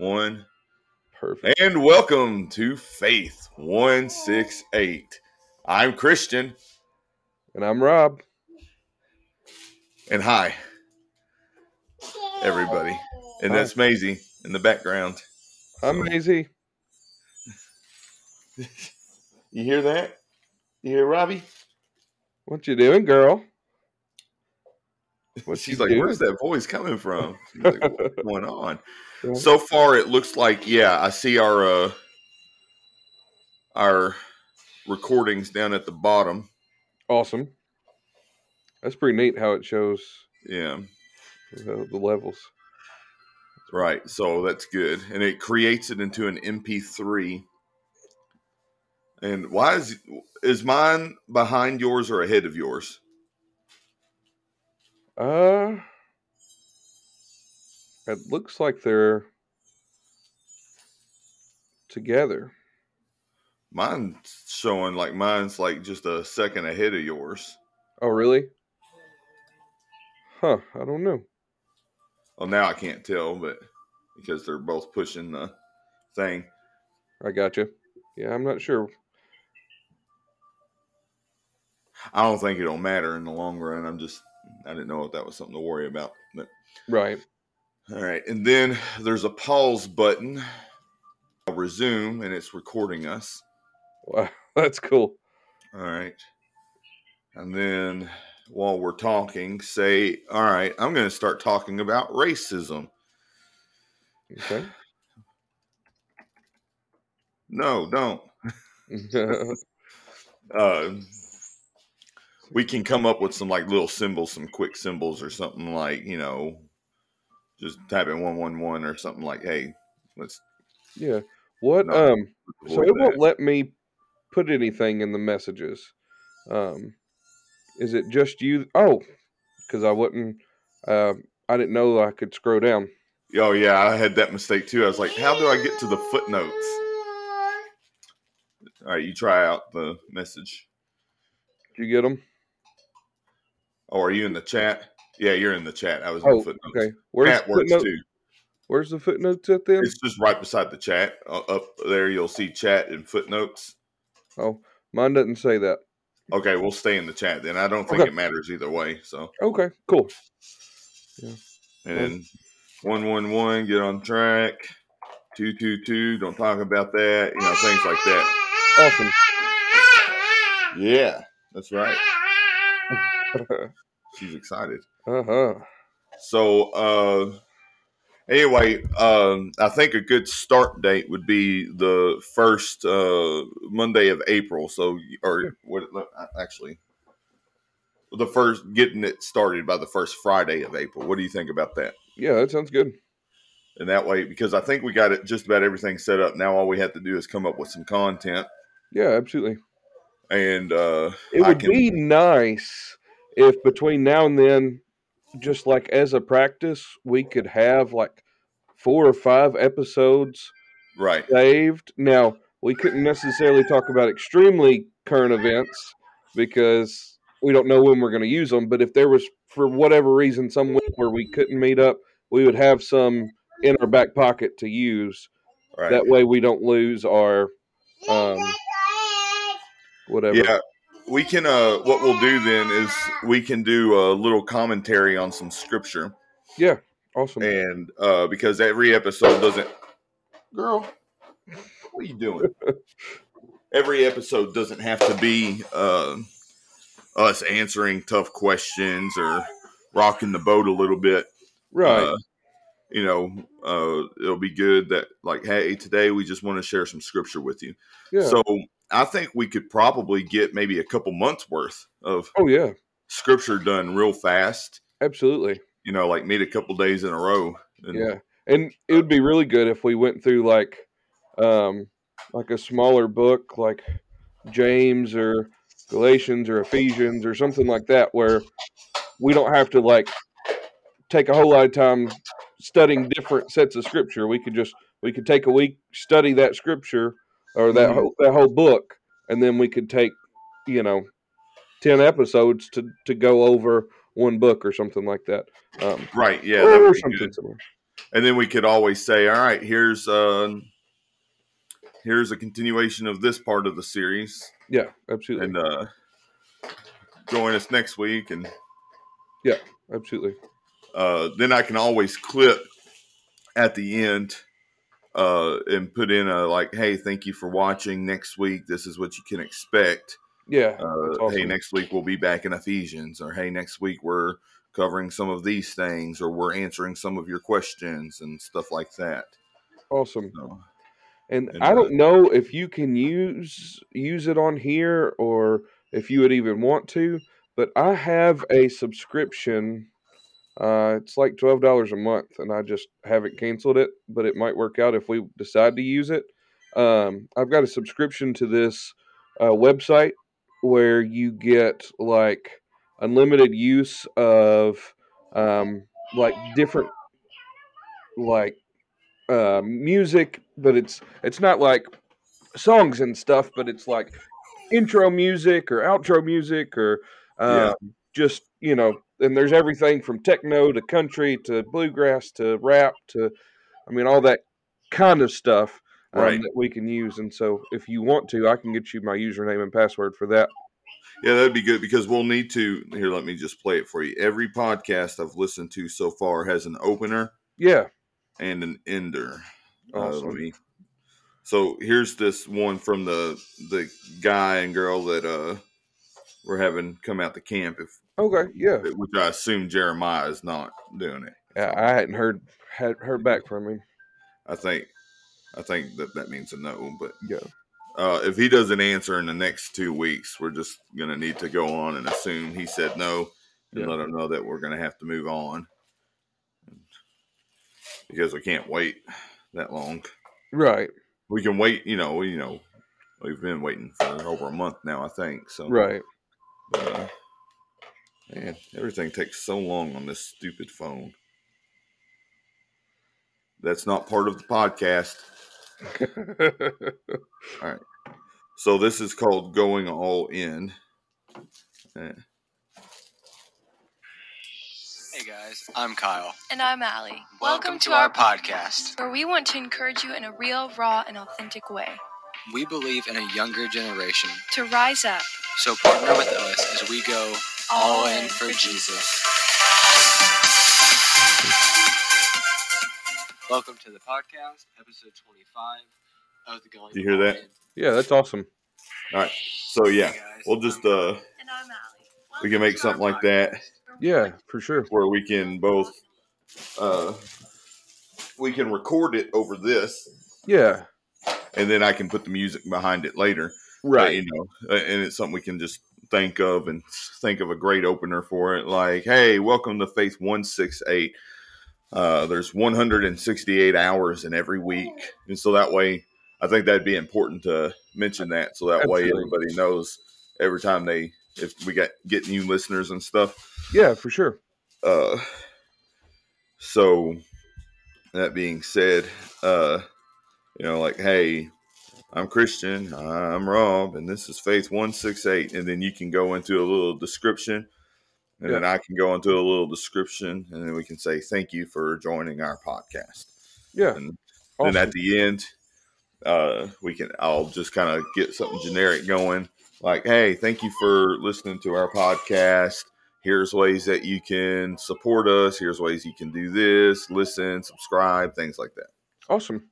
one. Perfect. And welcome to Faith 168. I'm Christian, And I'm Rob. and hi, everybody. And Hi. that's Maisie in the background. I'm Maisie. You hear that? You hear Robbie? What you doing, girl? What She's you like, doing? where's that voice coming from? She's like, what's going on? Yeah. So far, it looks like, yeah, I see our, uh, our recordings down at the bottom. Awesome. That's pretty neat how it shows Yeah. the, the levels. Right. So that's good. And it creates it into an MP3. And why is is mine behind yours or ahead of yours? Uh, it looks like they're together. Mine's showing like mine's like just a second ahead of yours. Oh, really? Huh. I don't know. Well, now I can't tell, but because they're both pushing the thing. I gotcha. Yeah, I'm not sure. I don't think it'll matter in the long run. I'm just I didn't know if that was something to worry about. But Right. all right. And then there's a pause button. I'll resume and it's recording us. Wow, that's cool. All right. And then while we're talking, say, all right, I'm going to start talking about racism. Okay. No, don't. Uh, we can come up with some like little symbols, some quick symbols or something like, you know, just type in 111 or something like, hey, let's yeah. What? No. Um. So avoid it won't that. let me put anything in the messages. Um, is it just you? Oh, because I wouldn't. Uh, I didn't know I could scroll down. Oh, yeah, I had that mistake too. I was like, how do I get to the footnotes? All right, you try out the message. Did you get them? Oh, are you in the chat? Yeah, you're in the chat. I was in Oh, the footnotes. okay. Where's Chat the works footnote? too. Where's the footnotes at then? It's just right beside the chat. Uh, up there, you'll see chat and footnotes. Oh, mine doesn't say that. Okay, we'll stay in the chat then. I don't think Okay. it matters either way. So, Okay, cool. and then 111, get on track. 222, don't talk about that. You know, things like that. Awesome. Yeah, that's right. uh She's excited. huh. So, uh, anyway, um, I think a good start date would be the first uh, Monday of April. So, or what? uh, Actually, the first getting it started by the first Friday of April. What do you think about that? Yeah, that sounds good. And that way, because I think we got it just about everything set up. Now all we have to do is come up with some content, Yeah, absolutely. and uh, It I would can- be nice if between now and then, just like as a practice, we could have like four or five episodes right, saved. Now, we couldn't necessarily talk about extremely current events because we don't know when we're going to use them. But if there was, for whatever reason, some week where we couldn't meet up, we would have some in our back pocket to use. right. That way we don't lose our um, whatever. Yeah. We can uh what we'll do then is we can do a little commentary on some scripture Awesome. and uh because every episode doesn't Girl, what are you doing? every episode doesn't have to be uh, us answering tough questions or rocking the boat a little bit. right. Uh, you know, uh it'll be good that like hey, today we just want to share some scripture with you. yeah. So I think we could probably get maybe a couple months worth of oh, yeah. scripture done real fast. Absolutely. You know, like meet a couple days in a row. And, yeah and it would be really good if we went through like um like a smaller book like james or galatians or ephesians or something like that where we don't have to like take a whole lot of time studying different sets of scripture we could just we could take a week study that scripture or that Mhm. whole, that whole book and then we could take you know 10 episodes to to go over one book or something like that um Right. Yeah. That or would be something good. similar and then we could always say, all right, here's uh, here's a continuation of this part of the series, Yeah, absolutely, and uh, join us next week. And absolutely. uh, then I can always clip at the end uh, and put in a like, hey, thank you for watching. Next week, this is what you can expect. Yeah, Uh, awesome. Hey, next week we'll be back in Ephesians, or hey, next week we're covering some of these things, or we're answering some of your questions and stuff like that. awesome. So, And uh, and, I uh, don't know if you can use use it on here or if you would even want to, but I have a subscription. Uh, it's like twelve dollars a month, and I just haven't canceled it. But it might work out if we decide to use it. Um, I've got a subscription to this uh, website where you get like unlimited use of um, like different like uh, music, but it's it's not like songs and stuff, but it's like intro music or outro music or Yeah. um, just you know. And there's everything from techno to country to bluegrass to rap to, I mean, all that kind of stuff um, Right. that we can use. And so, if you want to, I can get you my username and password for that. Yeah, that'd be good because we'll need to. Here, let me just play it for you. Every podcast I've listened to so far has an opener Yeah, and an ender. Uh, let awesome. me. So here's this one from the the guy and girl that uh we're having come out to camp, if Okay, yeah. which I assume Jeremiah is not doing it. Yeah, I hadn't heard had heard back from him. I think I think that that means a no. But Yeah. uh, if he doesn't answer in the next two weeks, we're just gonna need to go on and assume he said no, and Yeah. let him know that we're gonna have to move on because we can't wait that long. Right. We can wait, you know, we- you know, we've been waiting for over a month now, I think. So, Right. but, uh, man, everything takes so long on this stupid phone. That's not part of the podcast. So this is called going all in. Eh, Hey guys, I'm Kyle. And I'm Allie. Welcome, to, our, podcast. where we want to encourage you in a real, raw, and authentic way We believe in a younger generation, to rise up. so partner with us as we go all in for Jesus. Welcome to the podcast, episode 25 of the Going. Do you hear that? All In. Yeah, that's awesome. So yeah, Hey guys, we'll just I'm- uh, And I'm Allie. we can make something like that Yeah, for sure. where we can both uh, we can record it over this, Yeah. and then I can put the music behind it later. But, Right. you know, uh, and it's something we can just think of and think of a great opener for it. Like, hey, welcome to Faith One Six Eight. Uh, there's 168 hours in every week, and so that way, I think that'd be important to mention that, so that way Absolutely. everybody knows every time they if we got get new listeners and stuff. Yeah, for sure. Uh, so that being said, uh, you know, like, hey, I'm Christian, I'm Rob, and this is Faith 168. And then you can go into a little description, and Yeah. then I can go into a little description, and then we can say, thank you for joining our podcast. Yeah. And Awesome. then at the end, uh, we can, I'll just kind of get something generic going like, hey, thank you for listening to our podcast. Here's ways that you can support us. Here's ways you can do this, listen, subscribe, things like that. awesome.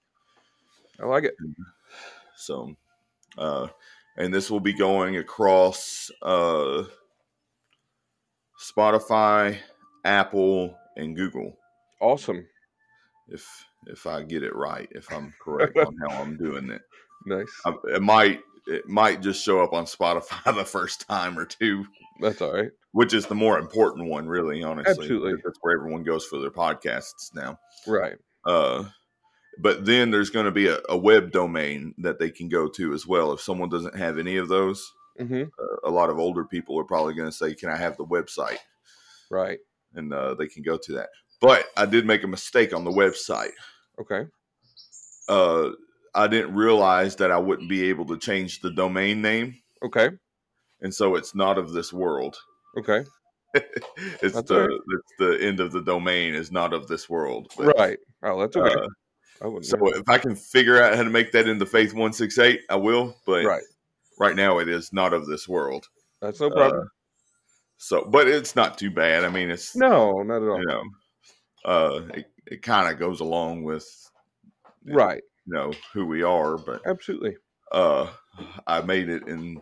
I like it. So, uh, and this will be going across uh, Spotify, Apple, and Google. Awesome. If if I get it right, if I'm correct on how I'm doing it, Nice. I, Um, it might it might just show up on Spotify the first time or two, That's all right. which is the more important one, really. Honestly, Absolutely. because that's where everyone goes for their podcasts now. Right. Uh, but then there's going to be a, a web domain that they can go to as well. If someone doesn't have any of those, hmm a lot of older people are probably going to say, "Can I have the website?" Right. And uh, they can go to that. But I did make a mistake on the website. Okay. Uh, I didn't realize that I wouldn't be able to change the domain name, Okay. and so it's not of this world. Okay. it's That's the all right. it's the end of the domain is not of this world. But, right. Oh, that's okay. uh, I wouldn't so know. if I can figure out how to make that into Faith one six eight, I will. But right. right now, it is not of this world. That's no problem. Uh, so, but it's not too bad. I mean, it's no, not at all. you know, uh, it, it kind of goes along with Right. you know who we are. But Absolutely. uh, I made it in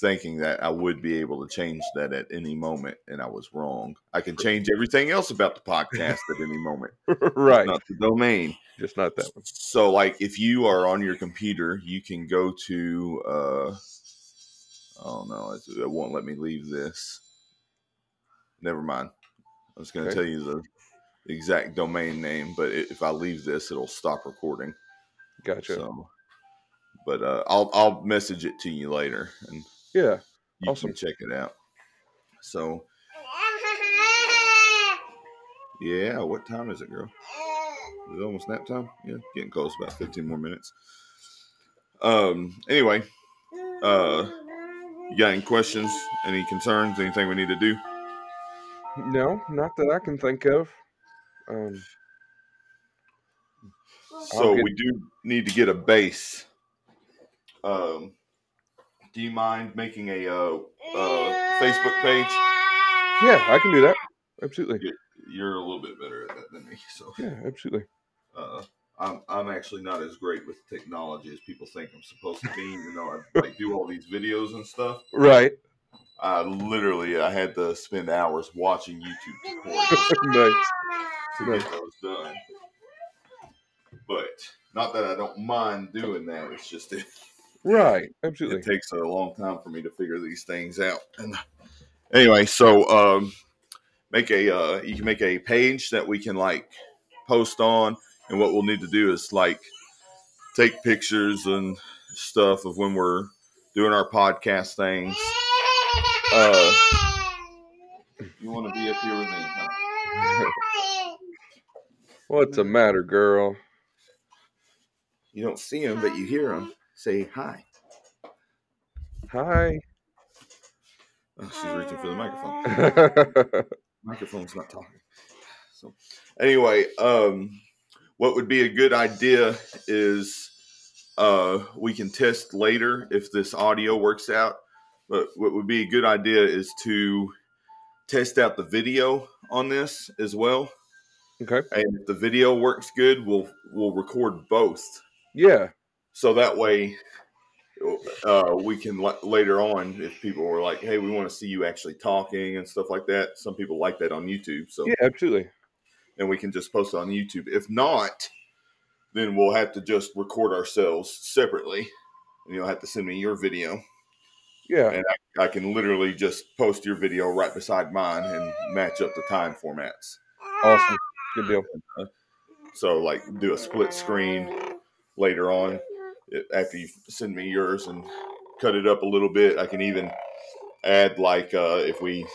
thinking that I would be able to change that at any moment, and I was wrong. I can change everything else about the podcast at any moment, right. not the domain. Just not that one. So, like, if you are on your computer, you can go to. Uh, oh no, it's- it won't let me leave this. Never mind. I was going to Okay. tell you the the exact domain name, but i- if I leave this, it'll stop recording. Gotcha. So, but uh, I'll I'll message it to you later, and Yeah. you Awesome. can check it out. So, yeah, what time is it, girl? Is it almost nap time? Yeah, getting close. About fifteen more minutes. Um. Anyway, uh, you got any questions? Any concerns? Anything we need to do? No, not that I can think of. Um, So Okay. we do need to get a base. Um. Do you mind making a uh, uh, Facebook page? yeah, I can do that. Absolutely. You're a little bit better at that than me, so. Yeah, absolutely. uh, I'm, I'm actually not as great with technology as people think I'm supposed to be. You know, I like do all these videos and stuff. Right. I literally I had to spend hours watching YouTube tutorials nice. to get those done. But not that I don't mind doing that. It's just it, Right. it Absolutely. takes a long time for me to figure these things out. And anyway, so um, make a uh, you can make a page that we can like post on, and what we'll need to do is like take pictures and stuff of when we're doing our podcast things. Uh, you want to be up here with me? huh? What's the matter, girl? You don't see him, but you hear him. Say hi. Hi. Oh, she's reaching for the microphone. microphone's not talking. So anyway, um, what would be a good idea is uh, we can test later if this audio works out. But what would be a good idea is to test out the video on this as well. okay. And if the video works good, we'll we'll record both. Yeah. So that way, uh, we can la- later on, if people are like, "Hey, we want to see you actually talking and stuff like that." Some people like that on YouTube. So Yeah, absolutely. and we can just post it on YouTube. If not, then we'll have to just record ourselves separately. And you'll have to send me your video. Yeah. And I can literally just post your video right beside mine and match up the time formats. Awesome. Good deal. So, like, do a split screen later on i- after you send me yours and cut it up a little bit. I can even add, like, uh, if we,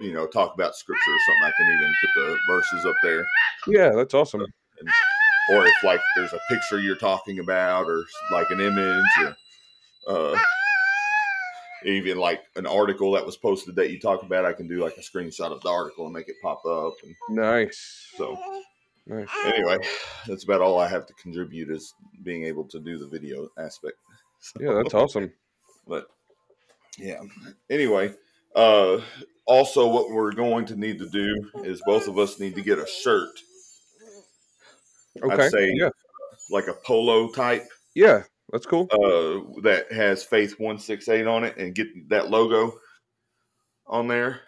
you know, talk about scripture or something, I can even put the verses up there. Yeah, that's awesome. or if like there's a picture you're talking about or like an image or uh, even like an article that was posted that you talked about i can do like a screenshot of the article and make it pop up and Nice. so Nice. anyway that's about all i have to contribute is being able to do the video aspect So- Yeah, that's awesome. but yeah anyway uh also what we're going to need to do is both of us need to get a shirt Okay. say- yeah. like a polo type Yeah. That's cool. uh, that has Faith One Six Eight on it, and get that logo on there,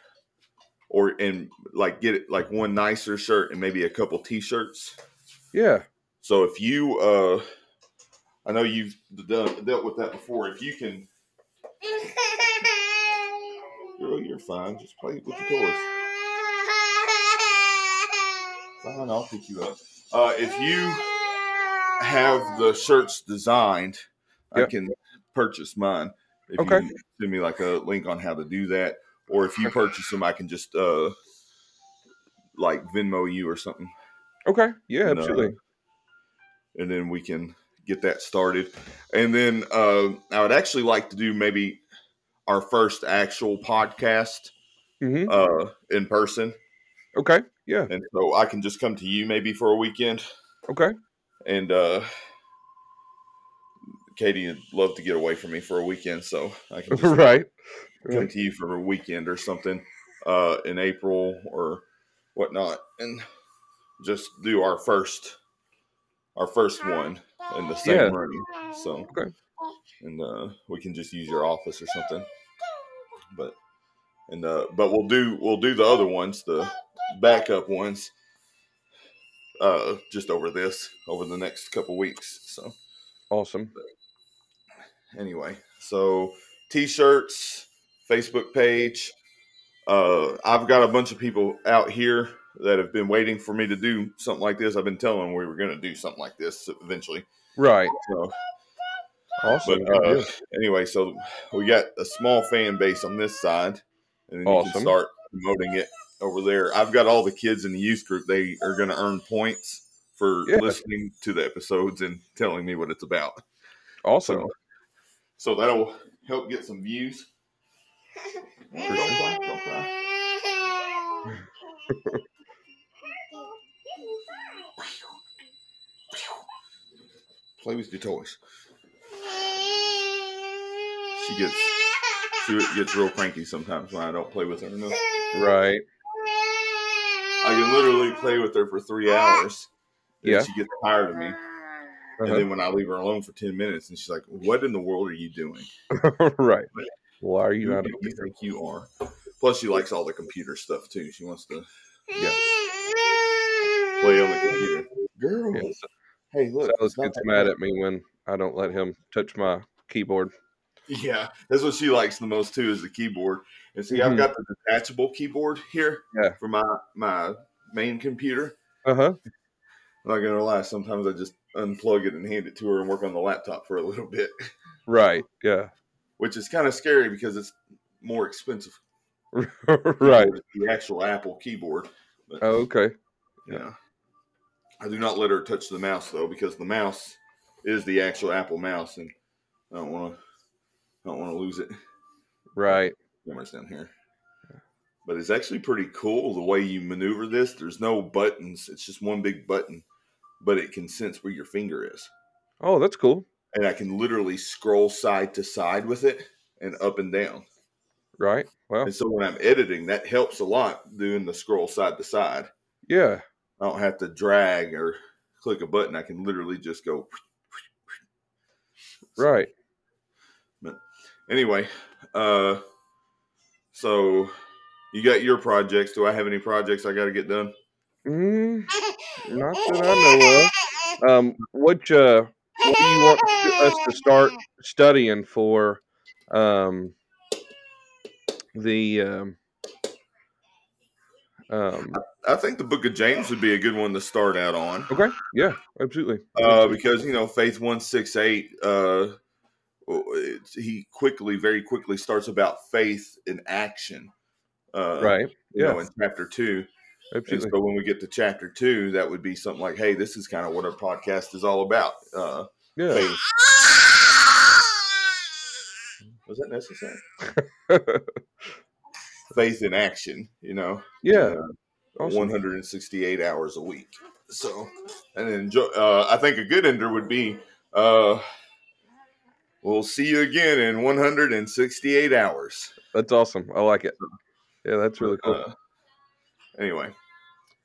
or and like get it like one nicer shirt and maybe a couple T-shirts. Yeah. So if you, uh, I know you've done, dealt with that before. If you can, girl, you're fine. Just play with the toys. Fine, I'll pick you up. Uh, if you have the shirts designed, I Yep. can purchase mine. If Okay. you send me like a link on how to do that, or if you purchase them, I can just uh like Venmo you or something, Okay. Yeah, And, uh, absolutely. and then we can get that started. And then um, uh, I would actually like to do maybe our first actual podcast hmm uh, in person, Okay. Yeah. and so I can just come to you maybe for a weekend. Okay. And uh, Katie would love to get away from me for a weekend, so I can just right. come to you for a weekend or something uh, in April or whatnot, and just do our first our first one in the same Yeah. room. So, Okay. and uh, we can just use your office or something. But and uh, but we'll do we'll do the other ones, the backup ones, uh, just over this over the next couple weeks. So Awesome. anyway, so t-shirts, Facebook page. Uh, I've got a bunch of people out here that have been waiting for me to do something like this. I've been telling them we were going to do something like this eventually. Right. So, Awesome. But, Good uh, deal. anyway, so we got a small fan base on this side, and then you Awesome. can start promoting it over there. I've got all the kids in the youth group; they are going to earn points for Yeah. listening to the episodes and telling me what it's about. awesome. So that'll help get some views. Don't cry, don't cry. Play with your toys. She gets she gets real cranky sometimes when I don't play with her enough. Right. I can literally play with her for three hours. And Yeah. She gets tired of me. And Uh-huh. then when I leave her alone for 10 minutes, and she's like, What in the world are you doing? right. Why are you Who not? do you think you are? Plus, she likes all the computer stuff too. She wants to Yeah. play on the computer. Girl. Yeah. Hey, look. Silas it's not gets that mad bad. at me when I don't let him touch my keyboard. Yeah. That's what she likes the most too is the keyboard. And see, Mhm. I've got the detachable keyboard here Yeah. for my, my main computer. Uh Uh-huh. huh. I'm not going to lie. Sometimes I just unplug it and hand it to her and work on the laptop for a little bit. Right. Yeah. which is kind of scary because it's more expensive. right. keyboard than The actual Apple keyboard. But, Oh, okay. yeah. I do not let her touch the mouse though because the mouse is the actual Apple mouse, and I don't want to. I don't want to lose it. Right. Camera's down here. But it's actually pretty cool the way you maneuver this. There's no buttons. It's just one big button, but it can sense where your finger is. Oh, that's cool. And I can literally scroll side to side with it and up and down. Right. Wow. And so when I'm editing, that helps a lot doing the scroll side to side. Yeah. I don't have to drag or click a button. I can literally just go. Right. Anyway, uh, so you got your projects. Do I have any projects I got to get done? Mm, not that I know of. Um, which uh, what do you want to- us to start studying for? Um, the um, um. I think the Book of James would be a good one to start out on Okay. Yeah. Absolutely. uh, because you know Faith one six eight. Uh, it's- he quickly, very quickly, starts about faith in action. Uh, right. You Yeah. know, in chapter two, And Absolutely. so when we get to chapter two, that would be something like, hey, this is kind of what our podcast is all about. Uh, Yeah. faith. Was that necessary? Faith in action, you know? yeah. Uh, Awesome. 168 hours a week. So, and then jo- uh, I think a good ender would be, uh, we'll see you again in 168 hours. That's awesome. I like it. Yeah, that's really cool. Uh, anyway,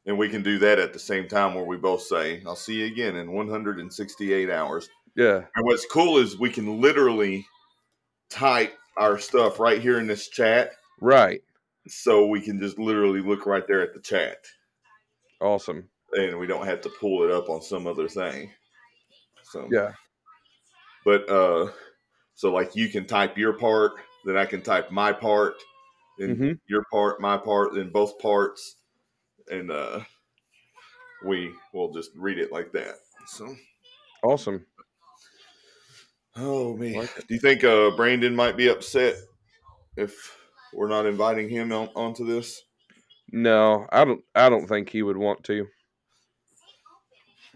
and we can do that at the same time where we both say, I'll see you again in 168 hours. yeah. And what's cool is we can literally type our stuff right here in this chat. Right. So we can just literally look right there at the chat. Awesome. And we don't have to pull it up on some other thing. So Yeah. but uh so like you can type your part, then I can type my part, then hmm your part, my part, then both parts, and uh we will just read it like that. So Awesome. Oh man, Like do you think uh, Brandon might be upset if we're not inviting him on, onto this? No, I don't. I don't think he would want to.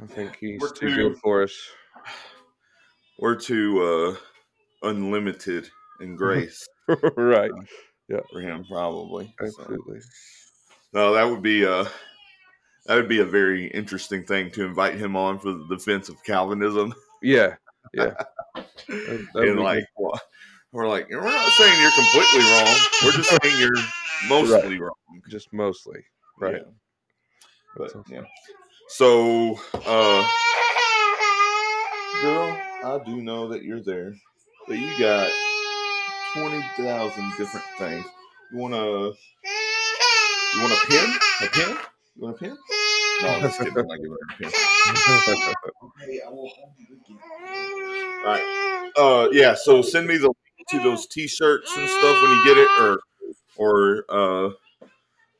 I think he's We're too too- good for us. We're too uh, unlimited in grace. right. Yeah. for him probably. So, Absolutely. no, that would be a that would be a very interesting thing to invite him on for the defense of Calvinism. Yeah. Yeah. that'd be and good. like well, we're like we're not saying you're completely wrong. We're just saying you're mostly wrong. Just mostly. Right. Yeah. But That's awesome. yeah. So uh girl, I do know that you're there. But you got twenty thousand different things. You want a you want a pen? A pen? You want a pen? No, I'm just kidding. I'm not giving her a pen. Hey, I will hold you again. Right. Uh, yeah. So send me the link to those T-shirts and stuff when you get it, or or uh,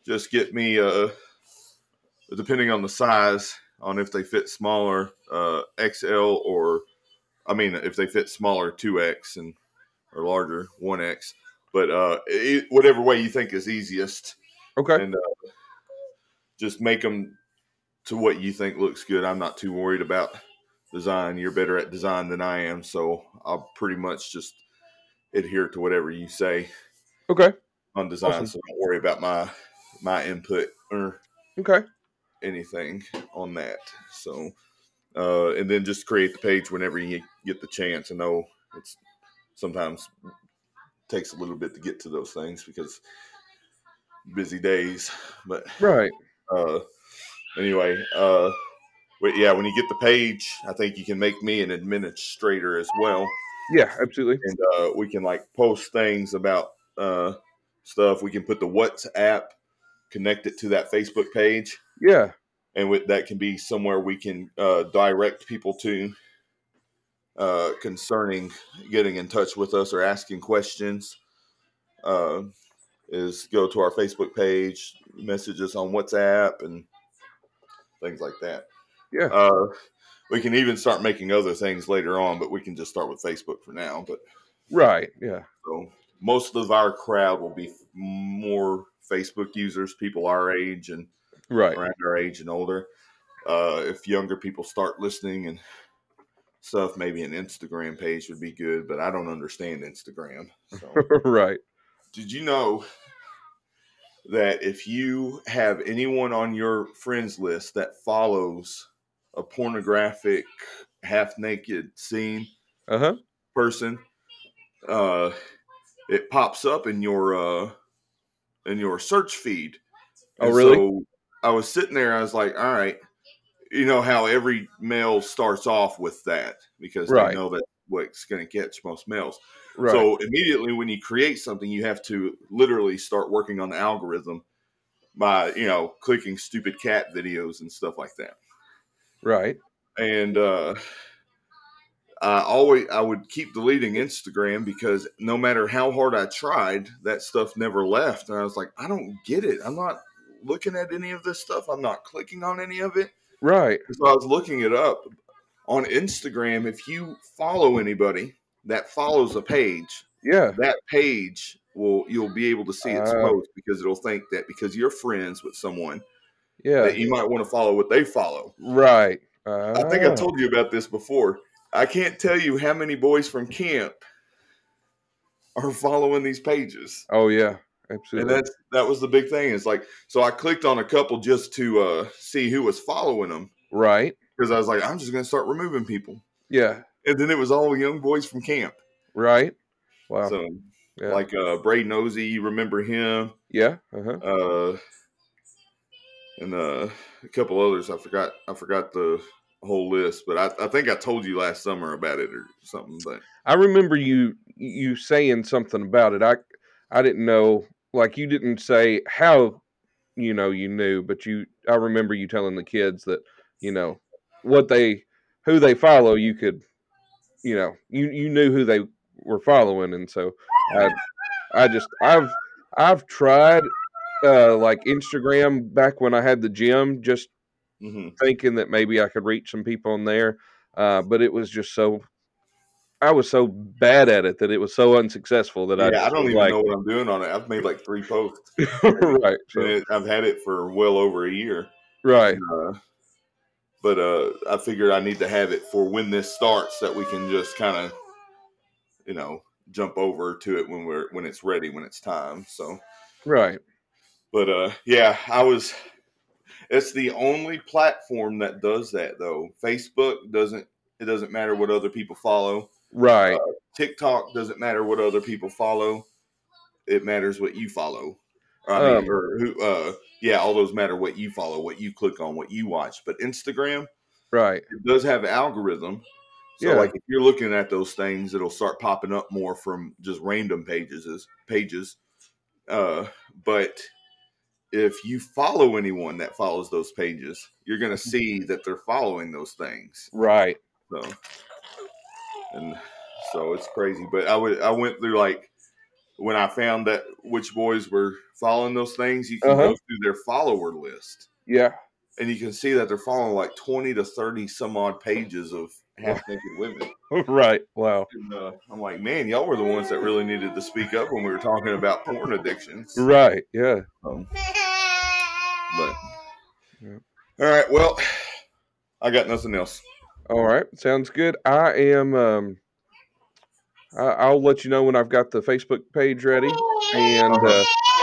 just get me uh, depending on the size, on if they fit smaller, uh, XL or I mean, if they fit smaller, two X and or larger, one X. But uh, it, whatever way you think is easiest, Okay. and uh, just make them to what you think looks good. I'm not too worried about design. You're better at design than I am, so I'll pretty much just adhere to whatever you say Okay. on design. Awesome. So don't worry about my my input or Okay. anything on that. So, uh, and then just create the page whenever you get the chance. I know it's sometimes takes a little bit to get to those things because busy days, but Right. uh, anyway, uh, but yeah, when you get the page, I think you can make me an administrator as well, Yeah. Absolutely. and uh, we can like post things about uh, stuff. We can put the WhatsApp, connect it to that Facebook page, Yeah. and with, that can be somewhere we can uh, direct people to uh, concerning getting in touch with us or asking questions. Uh, is go to our Facebook page, message us on WhatsApp, and things like that. Yeah. Uh, we can even start making other things later on, but we can just start with Facebook for now. But Right. Yeah. so most of our crowd will be more Facebook users, people our age, and Right. around our age and older. Uh, if younger people start listening and stuff, maybe an Instagram page would be good, but I don't understand Instagram. So. right. Did you know that if you have anyone on your friends list that follows a pornographic, half naked scene Uh huh. person, uh, it pops up in your uh, in your search feed? Oh, really? So I was sitting there. I was like, all right, you know how every male starts off with that because Right. they know that what's going to catch most males. Right. So immediately when you create something, you have to literally start working on the algorithm by you know clicking stupid cat videos and stuff like that. right. And uh, I always I would keep deleting Instagram because no matter how hard I tried, that stuff never left. And I was like, I don't get it. I'm not looking at any of this stuff. I'm not clicking on any of it. Right. So I was looking it up on Instagram. If you follow anybody that follows a page, Yeah. that page will you'll be able to see its Ah. post because it'll think that because you're friends with someone Yeah. that you might want to follow what they follow. Right. Uh, I think I told you about this before. I can't tell you how many boys from camp are following these pages. Oh yeah. And Absolutely. that's that was the big thing. It's like so I clicked on a couple just to uh, see who was following them right. because I was like I'm just going to start removing people. Yeah. And then it was all young boys from camp. Right. Wow. So yeah. like uh Braden Nosey, you remember him? yeah. Uh huh. uh, and uh, a couple others. I forgot. I forgot the whole list, but I, I think I told you last summer about it or something. But I remember you you saying something about it. I I didn't know like you didn't say how you know you knew, but you I remember you telling the kids that you know what they who they follow. You could you know you you knew who they were following, and so I I just I've I've tried uh like Instagram back when I had the gym just Mhm. thinking that maybe I could reach some people on there, uh, but it was just so I was so bad at it that it was so unsuccessful that I yeah, I just don't was even like, know what I'm doing on it. I've made like three posts. right, so- And it, I've had it for well over a year. right, Uh, but uh, I figured I need to have it for when this starts, that we can just kind of, you know, jump over to it when we're when it's ready when it's time. So, Right. but uh, yeah, I was. It's the only platform that does that though. Facebook doesn't. It doesn't matter what other people follow. Uh, Right. TikTok doesn't matter what other people follow. It matters what you follow. I mean, Um, or who? Uh, yeah, all those matter what you follow, what you click on, what you watch. But Instagram right. it does have an algorithm. So Yeah. like if you're looking at those things, it'll start popping up more from just random pages is- pages. Uh, but if you follow anyone that follows those pages, you're gonna Mm-hmm. see that they're following those things. Right. So and so it's crazy. But I would I went through like when I found that which boys were following those things, you can go Uh-huh. through their follower list Yeah. and you can see that they're following like 20 to 30 some odd pages of half naked women. right. Wow. And, uh, I'm like, man, y'all were the ones that really needed to speak up when we were talking about porn addictions. Right. Yeah. Um, but, Yeah. all right, well, I got nothing else. All right. Sounds good. I am. Um, I- I'll let you know when I've got the Facebook page ready, and uh, Uh-huh.